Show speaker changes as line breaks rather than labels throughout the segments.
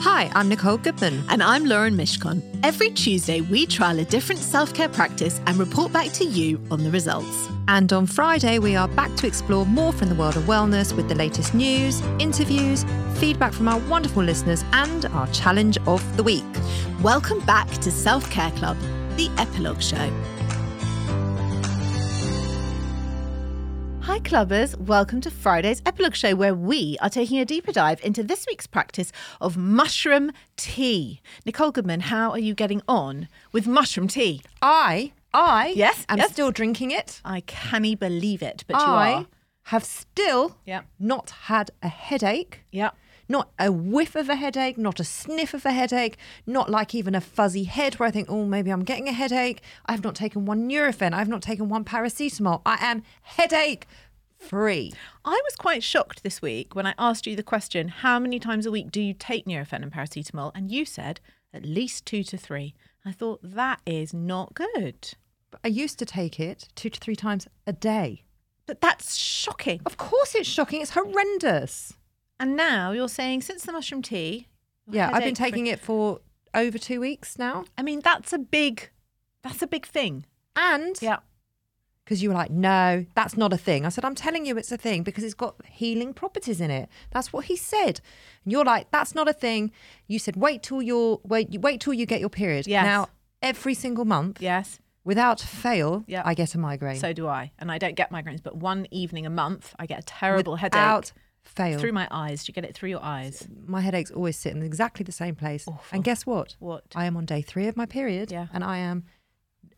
Hi, I'm Nicole Goodman.
And I'm Lauren Mishkon. Every Tuesday, we trial a different self care practice and report back to you on the results.
And on Friday, we are back to explore more from the world of wellness with the latest news, interviews, feedback from our wonderful listeners, and our challenge of the week.
Welcome back to Self Care Club, the epilogue show. Hi, clubbers. Welcome to Friday's Epilogue Show, where we are taking a deeper dive into this week's practice of mushroom tea. Nicole Goodman, how are you getting on with mushroom tea?
I, I,
Yes,
am
yes.
still drinking it.
I canny believe it, but you
I
are.
have still
Yeah.
not had a headache.
Yeah.
Not a whiff of a headache, not a sniff of a headache, not like even a fuzzy head where I think, oh, maybe I'm getting a headache. I have not taken one Nurofen. I have not taken one paracetamol. I am headache free.
I was quite shocked this week when I asked you the question, how many times a week do you take Nurofen and paracetamol? And you said at least two to three. I thought that is not good.
But I used to take it two to three times a day.
But that's shocking.
Of course, it's shocking. It's horrendous.
And now you're saying since the mushroom tea, your
Yeah, I've been
headache free-
taking it for over two weeks now.
I mean, that's a big, that's a big thing.
And
Yeah.
because you were like, no, that's not a thing. I said, I'm telling you it's a thing because it's got healing properties in it. That's what he said. And you're like, that's not a thing. You said, wait till your wait, you- wait till you get your period.
Yes.
Now every single month,
Yes.
without fail,
Yeah.
I get a migraine.
So do I. And I don't get migraines, but one evening a month, I get a terrible
Without
headache
fail.
through my eyes. Do you get it through your eyes?
my headaches always sit in exactly the same place.
Awful.
And guess what?
What?
I am on day three of my period.
Yeah.
And I am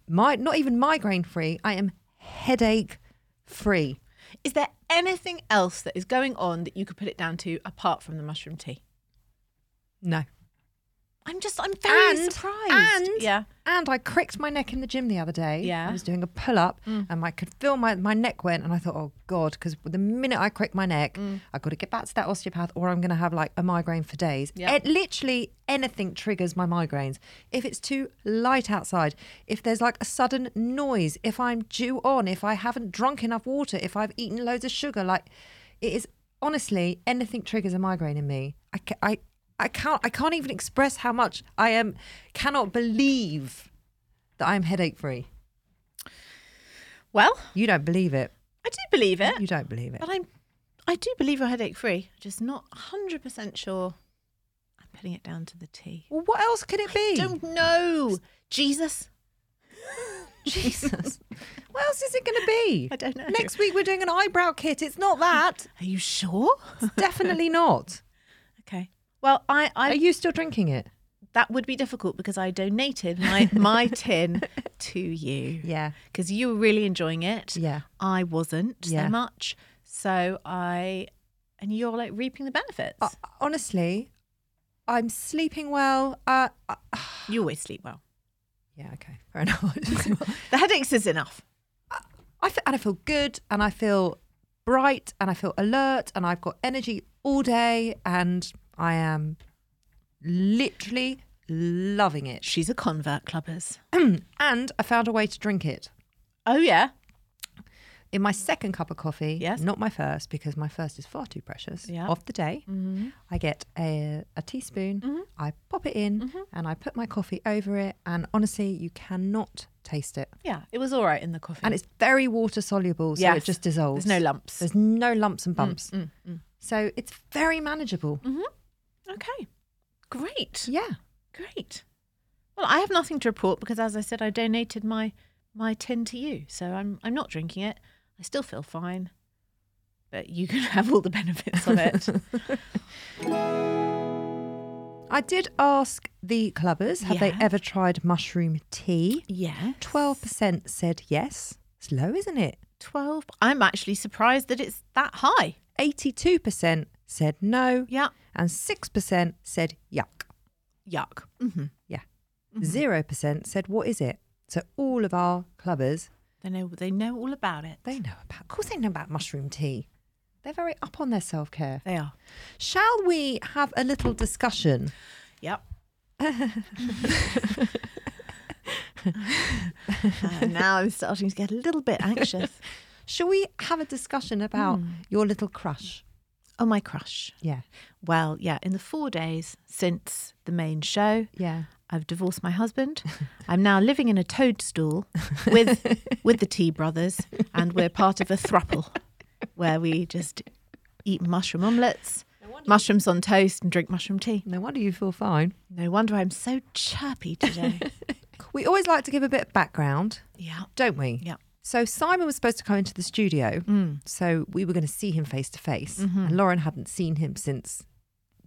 my not even migraine free. I am headache free.
Is there anything else that is going on that you could put it down to apart from the mushroom tea?
No.
I'm just, I'm very
and,
surprised.
And
yeah,
and I cricked my neck in the gym the other day.
Yeah.
I was doing a pull up and I could feel my, my neck went and I thought, oh God, because the minute I crick my neck, I've got to get back to that osteopath or I'm gonna have like a migraine for days.
Yeah.
It literally anything triggers my migraines. If it's too light outside, if there's like a sudden noise, if I'm due on, if I haven't drunk enough water, if I've eaten loads of sugar, like it is honestly anything triggers a migraine in me. I, ca- I I can't I can't even express how much I am cannot believe that I'm headache free.
Well,
You don't believe it.
I do believe it,
You don't believe it.
but I'm, I do believe you're headache free. Just not 100% sure I'm putting it down to the tea.
Well, what else could it be?
Don't know. Jesus.
Jesus. what else is it going to be?
I don't know.
Next week we're doing an eyebrow kit. It's not that.
Are you sure?
It's definitely not.
Okay. Well, I, I
Are you still drinking it?
that would be difficult because I donated my my tin to you.
Yeah.
Because you were really enjoying it.
Yeah.
I wasn't
Yeah.
so much. So I and you're like reaping the benefits.
Uh, honestly, I'm sleeping well. Uh, uh,
you always sleep well.
yeah, okay. Fair enough.
The headaches is enough.
I feel, and I feel good and I feel bright and I feel alert and I've got energy all day and I am literally loving it.
She's a convert, clubbers.
and I found a way to drink it.
Oh yeah.
In my second cup of coffee,
Yes.
not my first because my first is far too precious,
Yeah. Mm-hmm.
of the day, I get a, a teaspoon, I pop it in
Mm-hmm.
and I put my coffee over it. And honestly, you cannot taste it.
Yeah. It was all right in the coffee.
And it's very water soluble, so
Yes.
it just dissolves.
There's no lumps.
There's no lumps and bumps.
Mm, mm,
So it's very manageable.
mm. Okay. Great.
Yeah.
Great. Well, I have nothing to report because, as I said, I donated my my tin to you, so I'm I'm not drinking it. I still feel fine, but you can have all the benefits of it.
I did ask the clubbers, have
Yeah.
they ever tried mushroom tea?
yeah,
12% said yes. It's low, isn't it?
twelve. I'm actually surprised that it's that high.
82% said no,
Yeah,
and 6% said yuck.
yuck. Mm-hmm.
Yeah. 0% said what is it? So all of our clubbers,
They know they know all about it.
they know about, of course they know about mushroom tea. They're very up on their self care.
They are.
Shall we have a little discussion?
Yep. Uh, now I'm starting to get a little bit anxious.
Shall we have a discussion about your little crush?
oh, my crush.
Hmm. Yeah.
Well, yeah, in the four days since the main show,
Yeah.
I've divorced my husband. I'm now living in a toadstool with with the T brothers, and we're part of a thruple where we just eat mushroom omelets, mushrooms on toast, and drink mushroom tea.
No wonder you feel fine.
No wonder I'm so chirpy today.
We always like to give a bit of background,
yeah,
don't we?
yeah.
So Simon was supposed to come into the studio. So we were going to see him face to face.
Mm-hmm.
And Lauren hadn't seen him since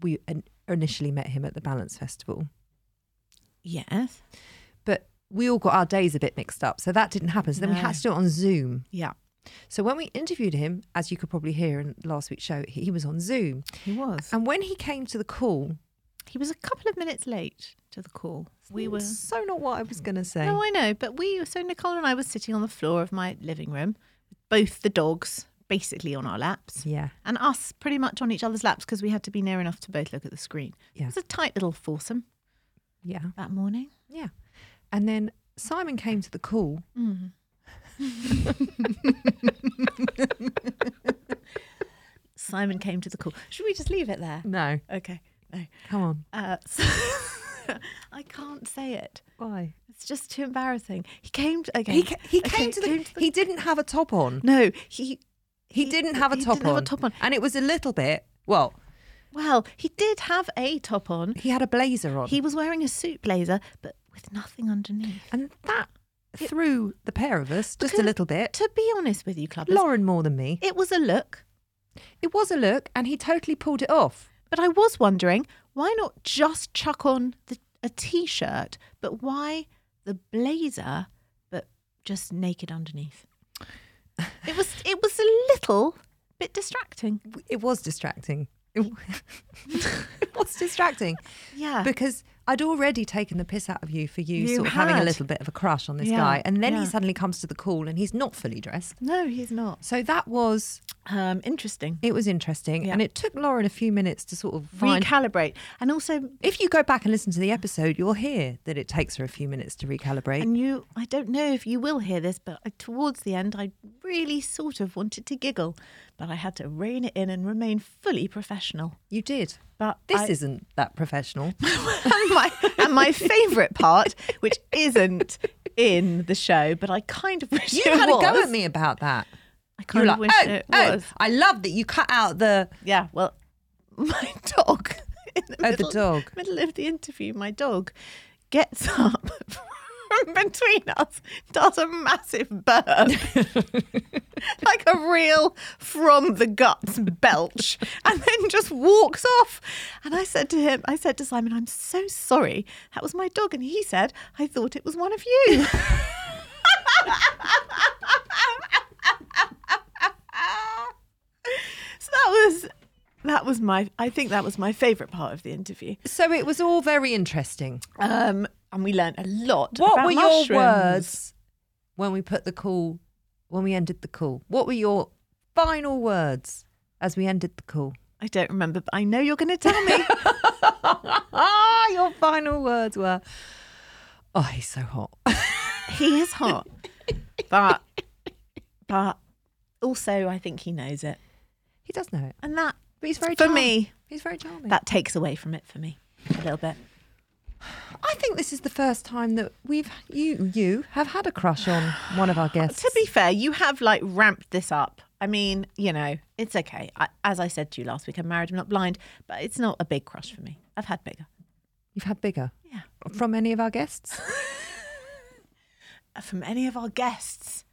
we in- initially met him at the Balance Festival.
Yes.
But we all got our days a bit mixed up. So that didn't happen. So then we
No.
had to do it on Zoom.
Yeah.
So when we interviewed him, as you could probably hear in last week's show, he he was on Zoom.
He was.
And when he came to the call,
Um, He was a couple of minutes late to the call. We were.
Hmm, so not what I was going to say.
No, I know, but we. So Nicole and I were sitting on the floor of my living room, with both the dogs basically on our laps,
yeah.
and us pretty much on each other's laps because we had to be near enough to both look at the screen.
Yeah.
It was a tight little foursome
Yeah.
that morning.
Yeah. And then Simon came to the call.
Simon came to the call. Should we just leave it there?
No.
Okay. No.
Come on.
Uh, so I can't say it.
Why?
It's just too embarrassing. He came. To, okay.
He, ca- he
Okay,
came to the, He didn't have a top on.
No, he.
He, didn't have a
he
top
didn't
on.
Have a top on.
And it was a little bit. Well,
Well, he did have a top on.
he had a blazer on.
He was wearing a suit blazer, but with nothing underneath.
and that threw the pair of us just a
Because-
little bit.
To be honest with you, Clubbers,
Lauren more than me.
it was a look,
It was a look, and he totally pulled it off.
but I was wondering why not just chuck on the, a t shirt, but why the blazer, but just naked underneath? It was it was a little bit distracting.
It was distracting. It, it was distracting
Yeah.
because I'd already taken the piss out of you for you,
You
sort of having a
had.
little bit of a crush on this
Yeah,
guy, and then
yeah.
he suddenly comes to the call and he's not fully dressed.
no, he's not.
So that was
Um, interesting.
it was interesting,
Yeah.
and it took Lauren a few minutes to sort of find
Recalibrate. And also,
If you go back and listen to the episode, you'll hear that it takes her a few minutes to recalibrate.
And you, I don't know if you will hear this, but I- towards the end, I really sort of wanted to giggle, but I had to rein it in and remain fully professional.
you did.
But
This
I-
isn't that professional.
and my, and my favourite part, which isn't in the show, but I kind of wish
you
it
had
was.
a go at me about that.
I
You were
kind
like,
of wish
oh,
it
oh,
was.
I love that you cut out the.
Yeah, well, my dog. In the
Oh, the
middle,
dog.
Middle of the interview, my dog gets up from between us, does a massive burp, like a real from the guts belch, and then just walks off. And I said to him, I said to Simon, I'm so sorry. That was my dog. And he said, I thought it was one of you. So that was that was my I think that was my favourite part of the interview.
So it was all very interesting.
Um, and we learnt a lot.
What
about
were your
mushrooms.
words when we put the call, when we ended the call? What were your final words as we ended the call?
I don't remember, but I know you're going to tell me.
Ah, your final words were, oh, he's so hot.
he is hot, but but also I think he knows it,
he does know it.
and that
But he's very
for
charming.
me
He's very charming.
that takes away from it for me a little bit.
I think this is the first time that we've you you have had a crush on one of our guests.
To be fair, you have like ramped this up. I mean, you know, it's okay. I, as I said to you last week, I'm married, I'm not blind, but it's not a big crush for me. I've had bigger.
you've had bigger.
Yeah.
from any of our guests?
From any of our guests.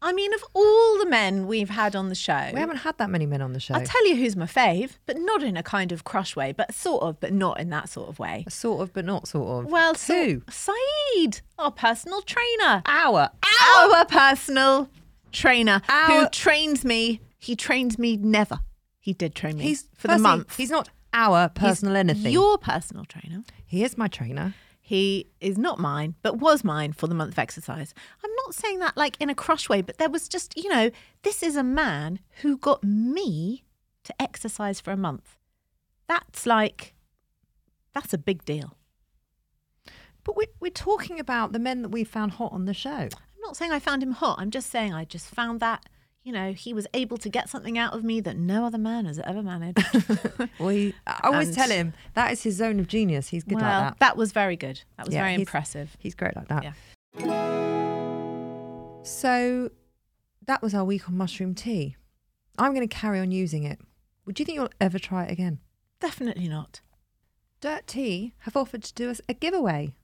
I mean, of all the men we've had on the show,
We haven't had that many men on the show.
I'll tell you who's my fave, but not in a kind of crush way, but sort of, but not in that sort of way.
sort of, but not sort of.
Well,
who?
so, Saeed, our personal trainer.
Our,
Our, personal trainer who
Our-
trains me. He trains me never. He did train me
He's
for the
firstly,
month.
He's not our
He's
personal anything.
Your personal trainer.
He is my trainer.
He is not mine, but was mine for the month of exercise. I'm not saying that like in a crush way, but there was just, you know, this is a man who got me to exercise for a month. That's like, that's a big deal.
But we're, we're talking about the men that we found hot on the show.
I'm not saying I found him hot. I'm just saying I just found that, you know, he was able to get something out of me that no other man has ever managed.
We, I always
And-
tell him that is his zone of genius. He's good
well,
like that.
was very good. That was
Yeah,
very
he's-
impressive.
He's great like that.
Yeah.
So that was our week on mushroom tea. I'm going to carry on using it. Would you think you'll ever try it again?
Definitely not.
Dirt Tea have offered to do us a giveaway.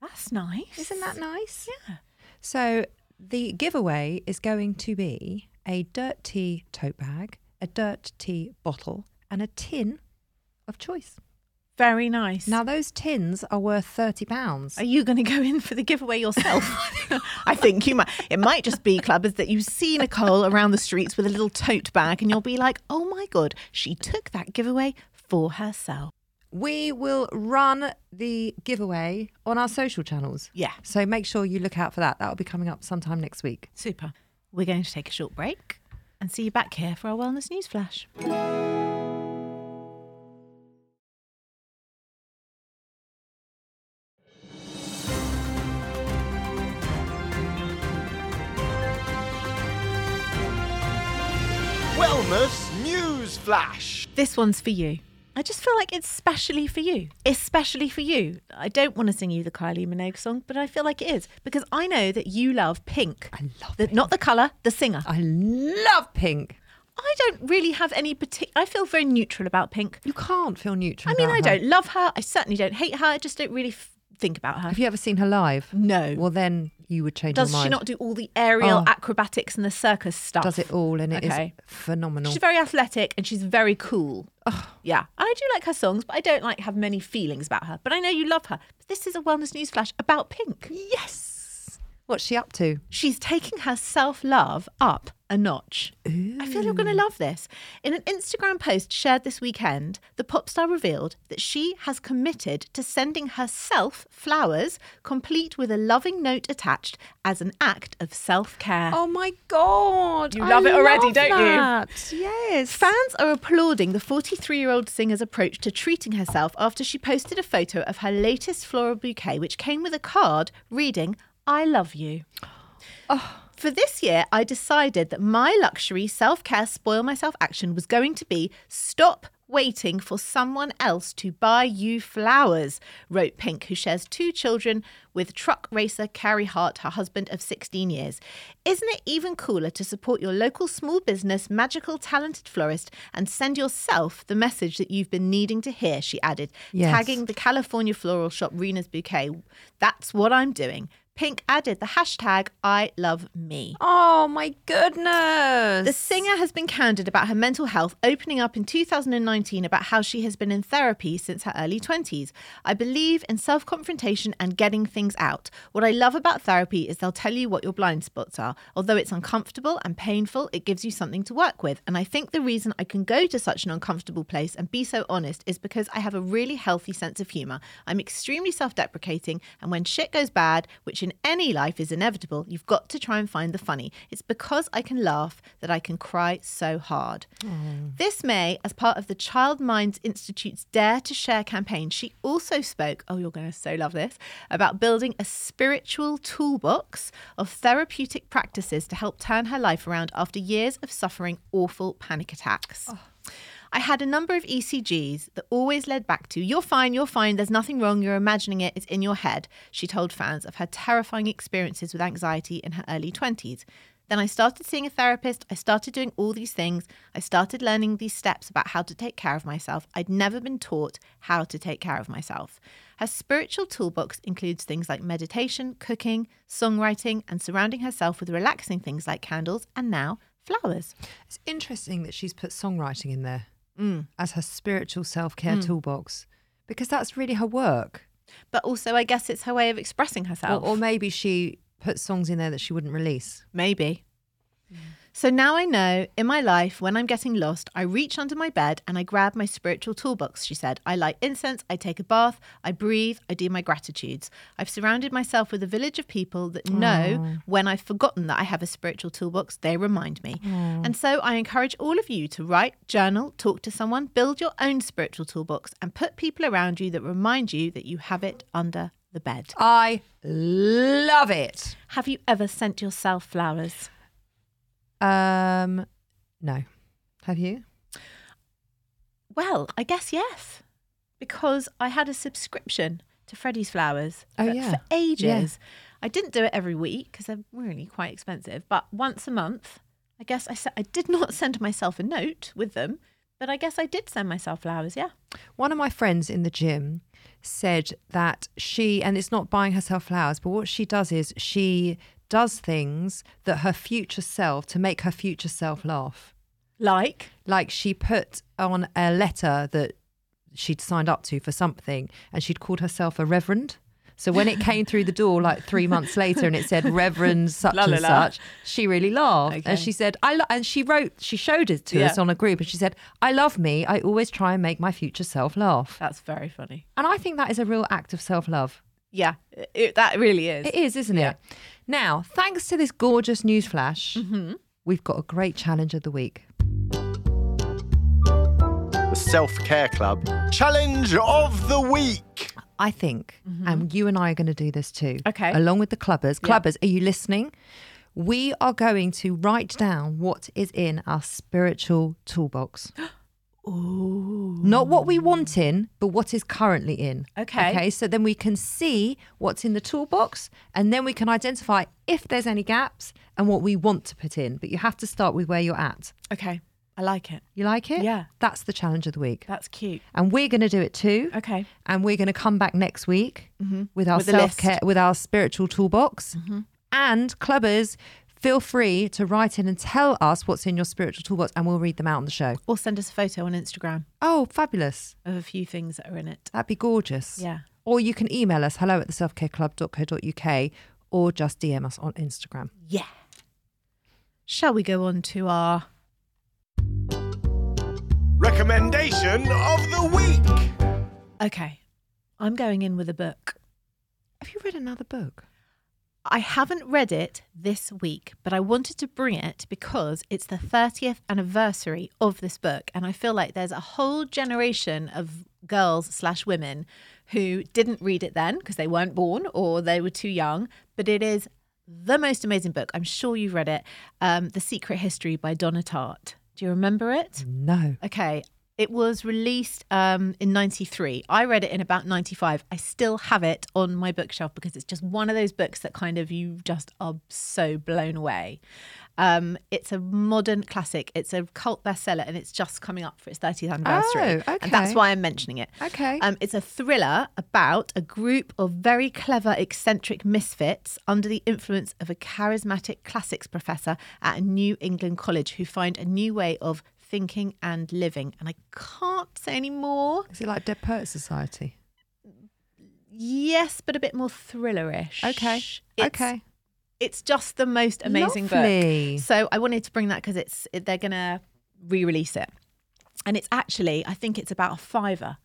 That's nice.
Isn't that nice?
Yeah.
So the giveaway is going to be a dirt tea tote bag, a dirt tea bottle, and a tin of choice.
Very nice.
Now those tins are worth thirty pounds.
Are you going to go in for the giveaway yourself? I think you might. It might just be, clubbers, that you see Nicole around the streets with a little tote bag and you'll be like, oh my God, she took that giveaway for herself.
We will run the giveaway on our social channels.
Yeah.
So make sure you look out for that. That will be coming up sometime next week.
Super. We're going to take a short break and see you back here for our wellness news flash.
Wellness News Flash.
This one's for you. I just feel like it's specially for you. Especially for you. I don't want to sing you the Kylie Minogue song, but I feel like it is because I know that you love Pink.
I love
the, Not the colour, the singer.
I love pink.
I don't really have any particular. I feel very neutral about Pink.
You can't feel neutral.
I mean,
about
I
her.
don't love her. I certainly don't hate her. I just don't really f- think about her.
Have you ever seen her live?
No.
Well, then you would change
Does
your mind.
she not do all the aerial
Oh.
acrobatics and the circus stuff?
Does it all, and it is
Okay.
phenomenal.
She's very athletic and she's very cool. Yeah, I do like her songs, but I don't like have many feelings about her. But I know you love her. But this is a wellness news flash about Pink.
yes. What's she up to?
She's taking her self love up a notch. I feel you're going to love this. In an Instagram post shared this weekend, the pop star revealed that she has committed to sending herself flowers, complete with a loving note attached, as an act of self care.
Oh my god!
You love it already, don't you?
you? Yes.
Fans are applauding the 43 year old singer's approach to treating herself after she posted a photo of her latest floral bouquet, which came with a card reading, I love you. For this year, I decided that my luxury self care spoil myself action was going to be stop waiting for someone else to buy you flowers, wrote Pink, who shares two children with truck racer Carrie Hart, her husband of 16 years. Isn't it even cooler to support your local small business, magical, talented florist and send yourself the message that you've been needing to hear? She added,
Yes.
tagging the California floral shop Rena's Bouquet. That's what I'm doing. Pink added the hashtag I love me.
Oh my goodness!
The singer has been candid about her mental health, opening up in 2019 about how she has been in therapy since her early 20s. I believe in self confrontation and getting things out. What I love about therapy is they'll tell you what your blind spots are. Although it's uncomfortable and painful, it gives you something to work with. And I think the reason I can go to such an uncomfortable place and be so honest is because I have a really healthy sense of humor. I'm extremely self deprecating, and when shit goes bad, which in any life is inevitable, you've got to try and find the funny. It's because I can laugh that I can cry so hard. This May, as part of the Child Minds Institute's Dare to Share campaign, she also spoke, oh, you're going to so love this, about building a spiritual toolbox of therapeutic practices to help turn her life around after years of suffering awful panic attacks. I had a number of ECGs that always led back to, you're fine, you're fine, there's nothing wrong, you're imagining it, it's in your head, she told fans of her terrifying experiences with anxiety in her early 20s. Then I started seeing a therapist. I started doing all these things. I started learning these steps about how to take care of myself. I'd never been taught how to take care of myself. Her spiritual toolbox includes things like meditation, cooking, songwriting, and surrounding herself with relaxing things like candles and now flowers.
It's interesting that she's put songwriting in there as her spiritual self care toolbox because that's really her work.
But also, I guess it's her way of expressing
Or,
herself.
or maybe she put songs in there that she wouldn't release.
Maybe. So now I know in my life when I'm getting lost, I reach under my bed and I grab my spiritual toolbox, she said. I light incense, I take a bath, I breathe, I do my gratitudes. I've surrounded myself with a village of people that know when I've forgotten that I have a spiritual toolbox, they remind me. And so I encourage all of you to write, journal, talk to someone, build your own spiritual toolbox, and put people around you that remind you that you have it under the bed.
I love it.
Have you ever sent yourself flowers?
Um, no. Have you?
Well, I guess yes, because I had a subscription to Freddie's Flowers
Oh,
for,
yeah.
for ages. I didn't do it every week because they're really quite expensive, but once a month, I guess I, se- I did not send myself a note with them, but I guess I did send myself flowers, yeah.
One of my friends in the gym said that she, and it's not buying herself flowers, but what she does is she does things that her future self, to make her future self laugh.
Like,
like she put on a letter that she'd signed up to for something and she'd called herself a reverend so when it came through the door like three months later and it said reverend such
La, la,
and
la.
such she really laughed
Okay.
and she said i lo-, and she wrote she showed it to
Yeah.
us on a group and she said i love me i always try and make my future self laugh
that's very funny.
and i think that is a real act of self love
Yeah, it, it- that really is.
it is isn't it now thanks to this gorgeous news flash
Mm-hmm.
we've got a great challenge of the week
The Self Care Club Challenge of the Week.
I think, and you and I are going to do this too.
Mm-hmm. Okay.
Along with the clubbers.
Yeah.
Clubbers, are you listening? We are going to write down what is in our spiritual toolbox. Not what we want in, but what is currently in.
Okay.
Okay. So then we can see what's in the toolbox and then we can identify if there's any gaps and what we want to put in. But you have to start with where you're at.
Okay, I like it.
You like it?
Yeah.
That's the challenge of the week.
That's cute.
And we're going to do it too
Okay.
and we're going to come back next week with our
Mm-hmm. With Mm-hmm. a
self care, with our spiritual toolbox. And clubbers, feel free to write in and tell us what's in your spiritual toolbox, and we'll read them out on the show.
Or send us a photo on Instagram
Oh, fabulous!
of a few things that are in it.
That'd be gorgeous.
Yeah.
Or you can email us hello at the selfcareclub.co.uk or just DM us on Instagram.
Yeah. Shall we go on to our
Recommendation of the Week.
Okay, I'm going in with a book.
Have you read another book?
I haven't read it this week, but I wanted to bring it because it's the 30th anniversary of this book. And I feel like there's a whole generation of girls slash women who didn't read it then because they weren't born or they were too young. But it is the most amazing book. I'm sure you've read it um, The Secret History by Donna Tartt. Do you remember it?
No.
Okay. It was released um, in 93. I read it in about 95. I still have it on my bookshelf because it's just one of those books that kind of you just are so blown away. Um, it's a modern classic, it's a cult bestseller, and it's just coming up for its 30th anniversary.
Oh,
And that's
okay.
why I'm mentioning it.
Okay.
Um, it's a thriller about a group of very clever, eccentric misfits under the influence of a charismatic classics professor at a New England college who find a new way of thinking and living. And I can't say any more.
Is it like Dead Poet Society?
Yes, but a bit more thrillerish.
Okay.
It's-
okay.
It's just the most amazing
Lovely.
book. So I wanted to bring that because it's they're gonna re-release it, and it's actually I think it's about a fiver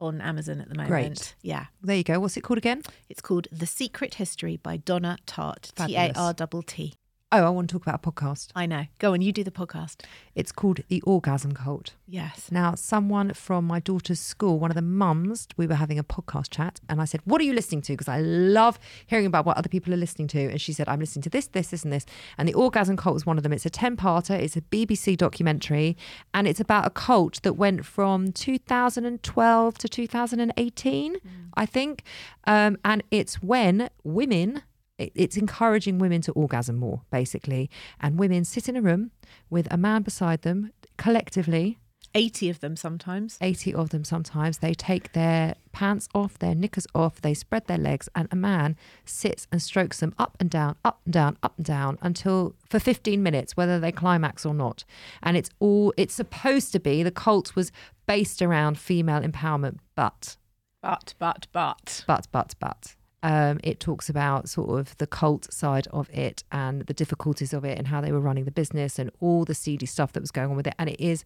on Amazon at the moment.
Great.
Yeah.
There you go. What's it called again?
It's called The Secret History by Donna Tartt. T A
Fabulous.
R T T.
Oh, I want to talk about a podcast.
I know. Go on, you do the podcast.
It's called The Orgasm Cult.
Yes.
Now, someone from my daughter's school, one of the mums, we were having a podcast chat, and I said, What are you listening to? Because I love hearing about what other people are listening to. And she said, I'm listening to this, this, this, and this. And The Orgasm Cult was one of them. It's a 10 parter, it's a BBC documentary, and it's about a cult that went from 2012 to 2018, I think. Um, and it's when women it- it's encouraging women to orgasm more, basically. And women sit in a room with a man beside them collectively
80 of them sometimes.
80 of them sometimes. They take their pants off, their knickers off, they spread their legs, and a man sits and strokes them up and down, up and down, up and down until for 15 minutes, whether they climax or not. And it's all, it's supposed to be, the cult was based around female empowerment, but,
But, but, but.
but, but, but. Um, it talks about sort of the cult side of it and the difficulties of it and how they were running the business and all the seedy stuff that was going on with it. And it is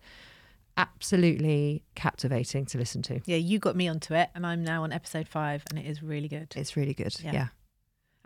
absolutely captivating to listen to.
Yeah, you got me onto it, and I'm now on episode five, and it is really good.
It's really good.
Yeah.
Yeah.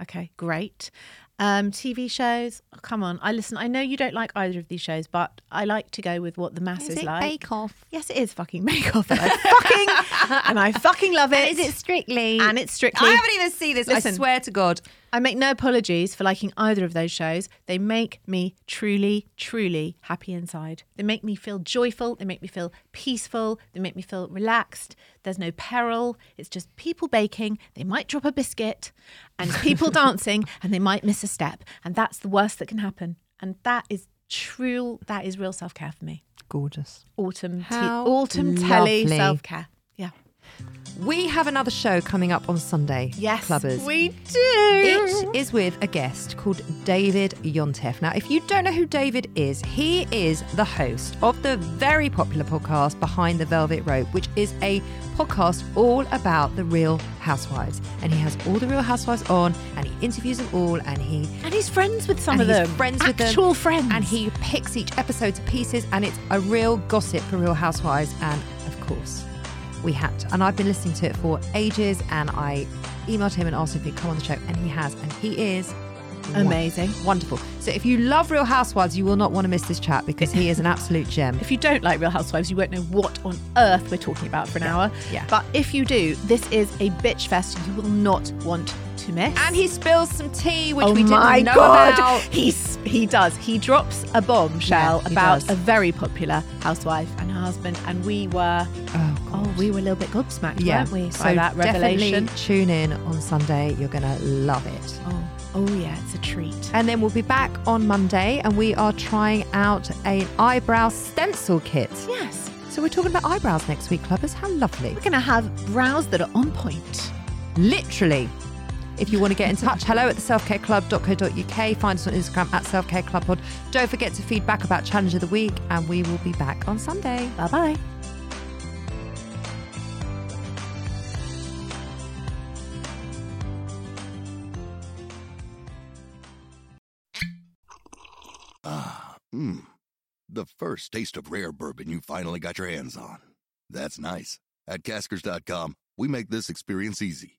Okay, great. Um, TV shows. Oh, come on, I listen. I know you don't like either of these shows, but I like to go with what the masses like.
Off?
Yes, it is fucking Bake Off. and I fucking and I fucking love it.
Is it strictly?
And it's strictly.
I haven't even seen this.
Listen.
I swear to God.
I make no apologies for liking either of those shows. They make me truly, truly happy inside. They make me feel joyful. They make me feel peaceful. They make me feel relaxed. There's no peril. It's just people baking. They might drop a biscuit and people dancing and they might miss a step. And that's the worst that can happen. And that is true. That is real self care for me.
Gorgeous.
Autumn, te-
How
autumn telly
lovely.
self care. Yeah.
We have another show coming up on Sunday.
Yes.
Clubbers.
We do.
it is with a guest called David Yontef. Now, if you don't know who David is, he is the host of the very popular podcast Behind the Velvet Rope, which is a podcast all about the real housewives. And he has all the real housewives on and he interviews them all and he
And he's friends with some
and
of
he's
them.
Friends with them.
Actual friends.
And he picks each episode to pieces, and it's a real gossip for Real Housewives. And of course, we had. To, and I've been listening to it for ages, and I emailed him and asked if he'd come on the show, and he has, and he is.
Amazing.
won- Wonderful. So if you love Real Housewives, you will not want to miss this chat because he is an absolute gem.
If you don't like Real Housewives, you won't know what on earth we're talking about for an hour.
yeah.
But if you do, this is a bitch fest you will not want to miss.
And he spills some tea, which
oh
we didn't
my
know
God.
about.
He's, he does. He drops a bombshell
Yeah, he
about
does.
a very popular housewife and her husband. And we were,
Oh, God.
oh, we were a little bit gobsmacked,
yeah.
weren't we?
So
by that revelation.
definitely tune in on Sunday. You're gonna love it.
Oh, oh, yeah, it's a treat.
And then we'll be back on Monday and we are trying out an eyebrow stencil kit.
Yes.
So we're talking about eyebrows next week, clubbers. How lovely.
We're going to have brows that are on point.
Literally. If you want to get in touch, hello at the selfcareclub.co.uk. Find us on Instagram at selfcareclubpod. Don't forget to feedback about Challenge of the Week and we will be back on Sunday.
Bye bye.
Mmm. The first taste of rare bourbon you finally got your hands on. That's nice. At caskers.com, we make this experience easy.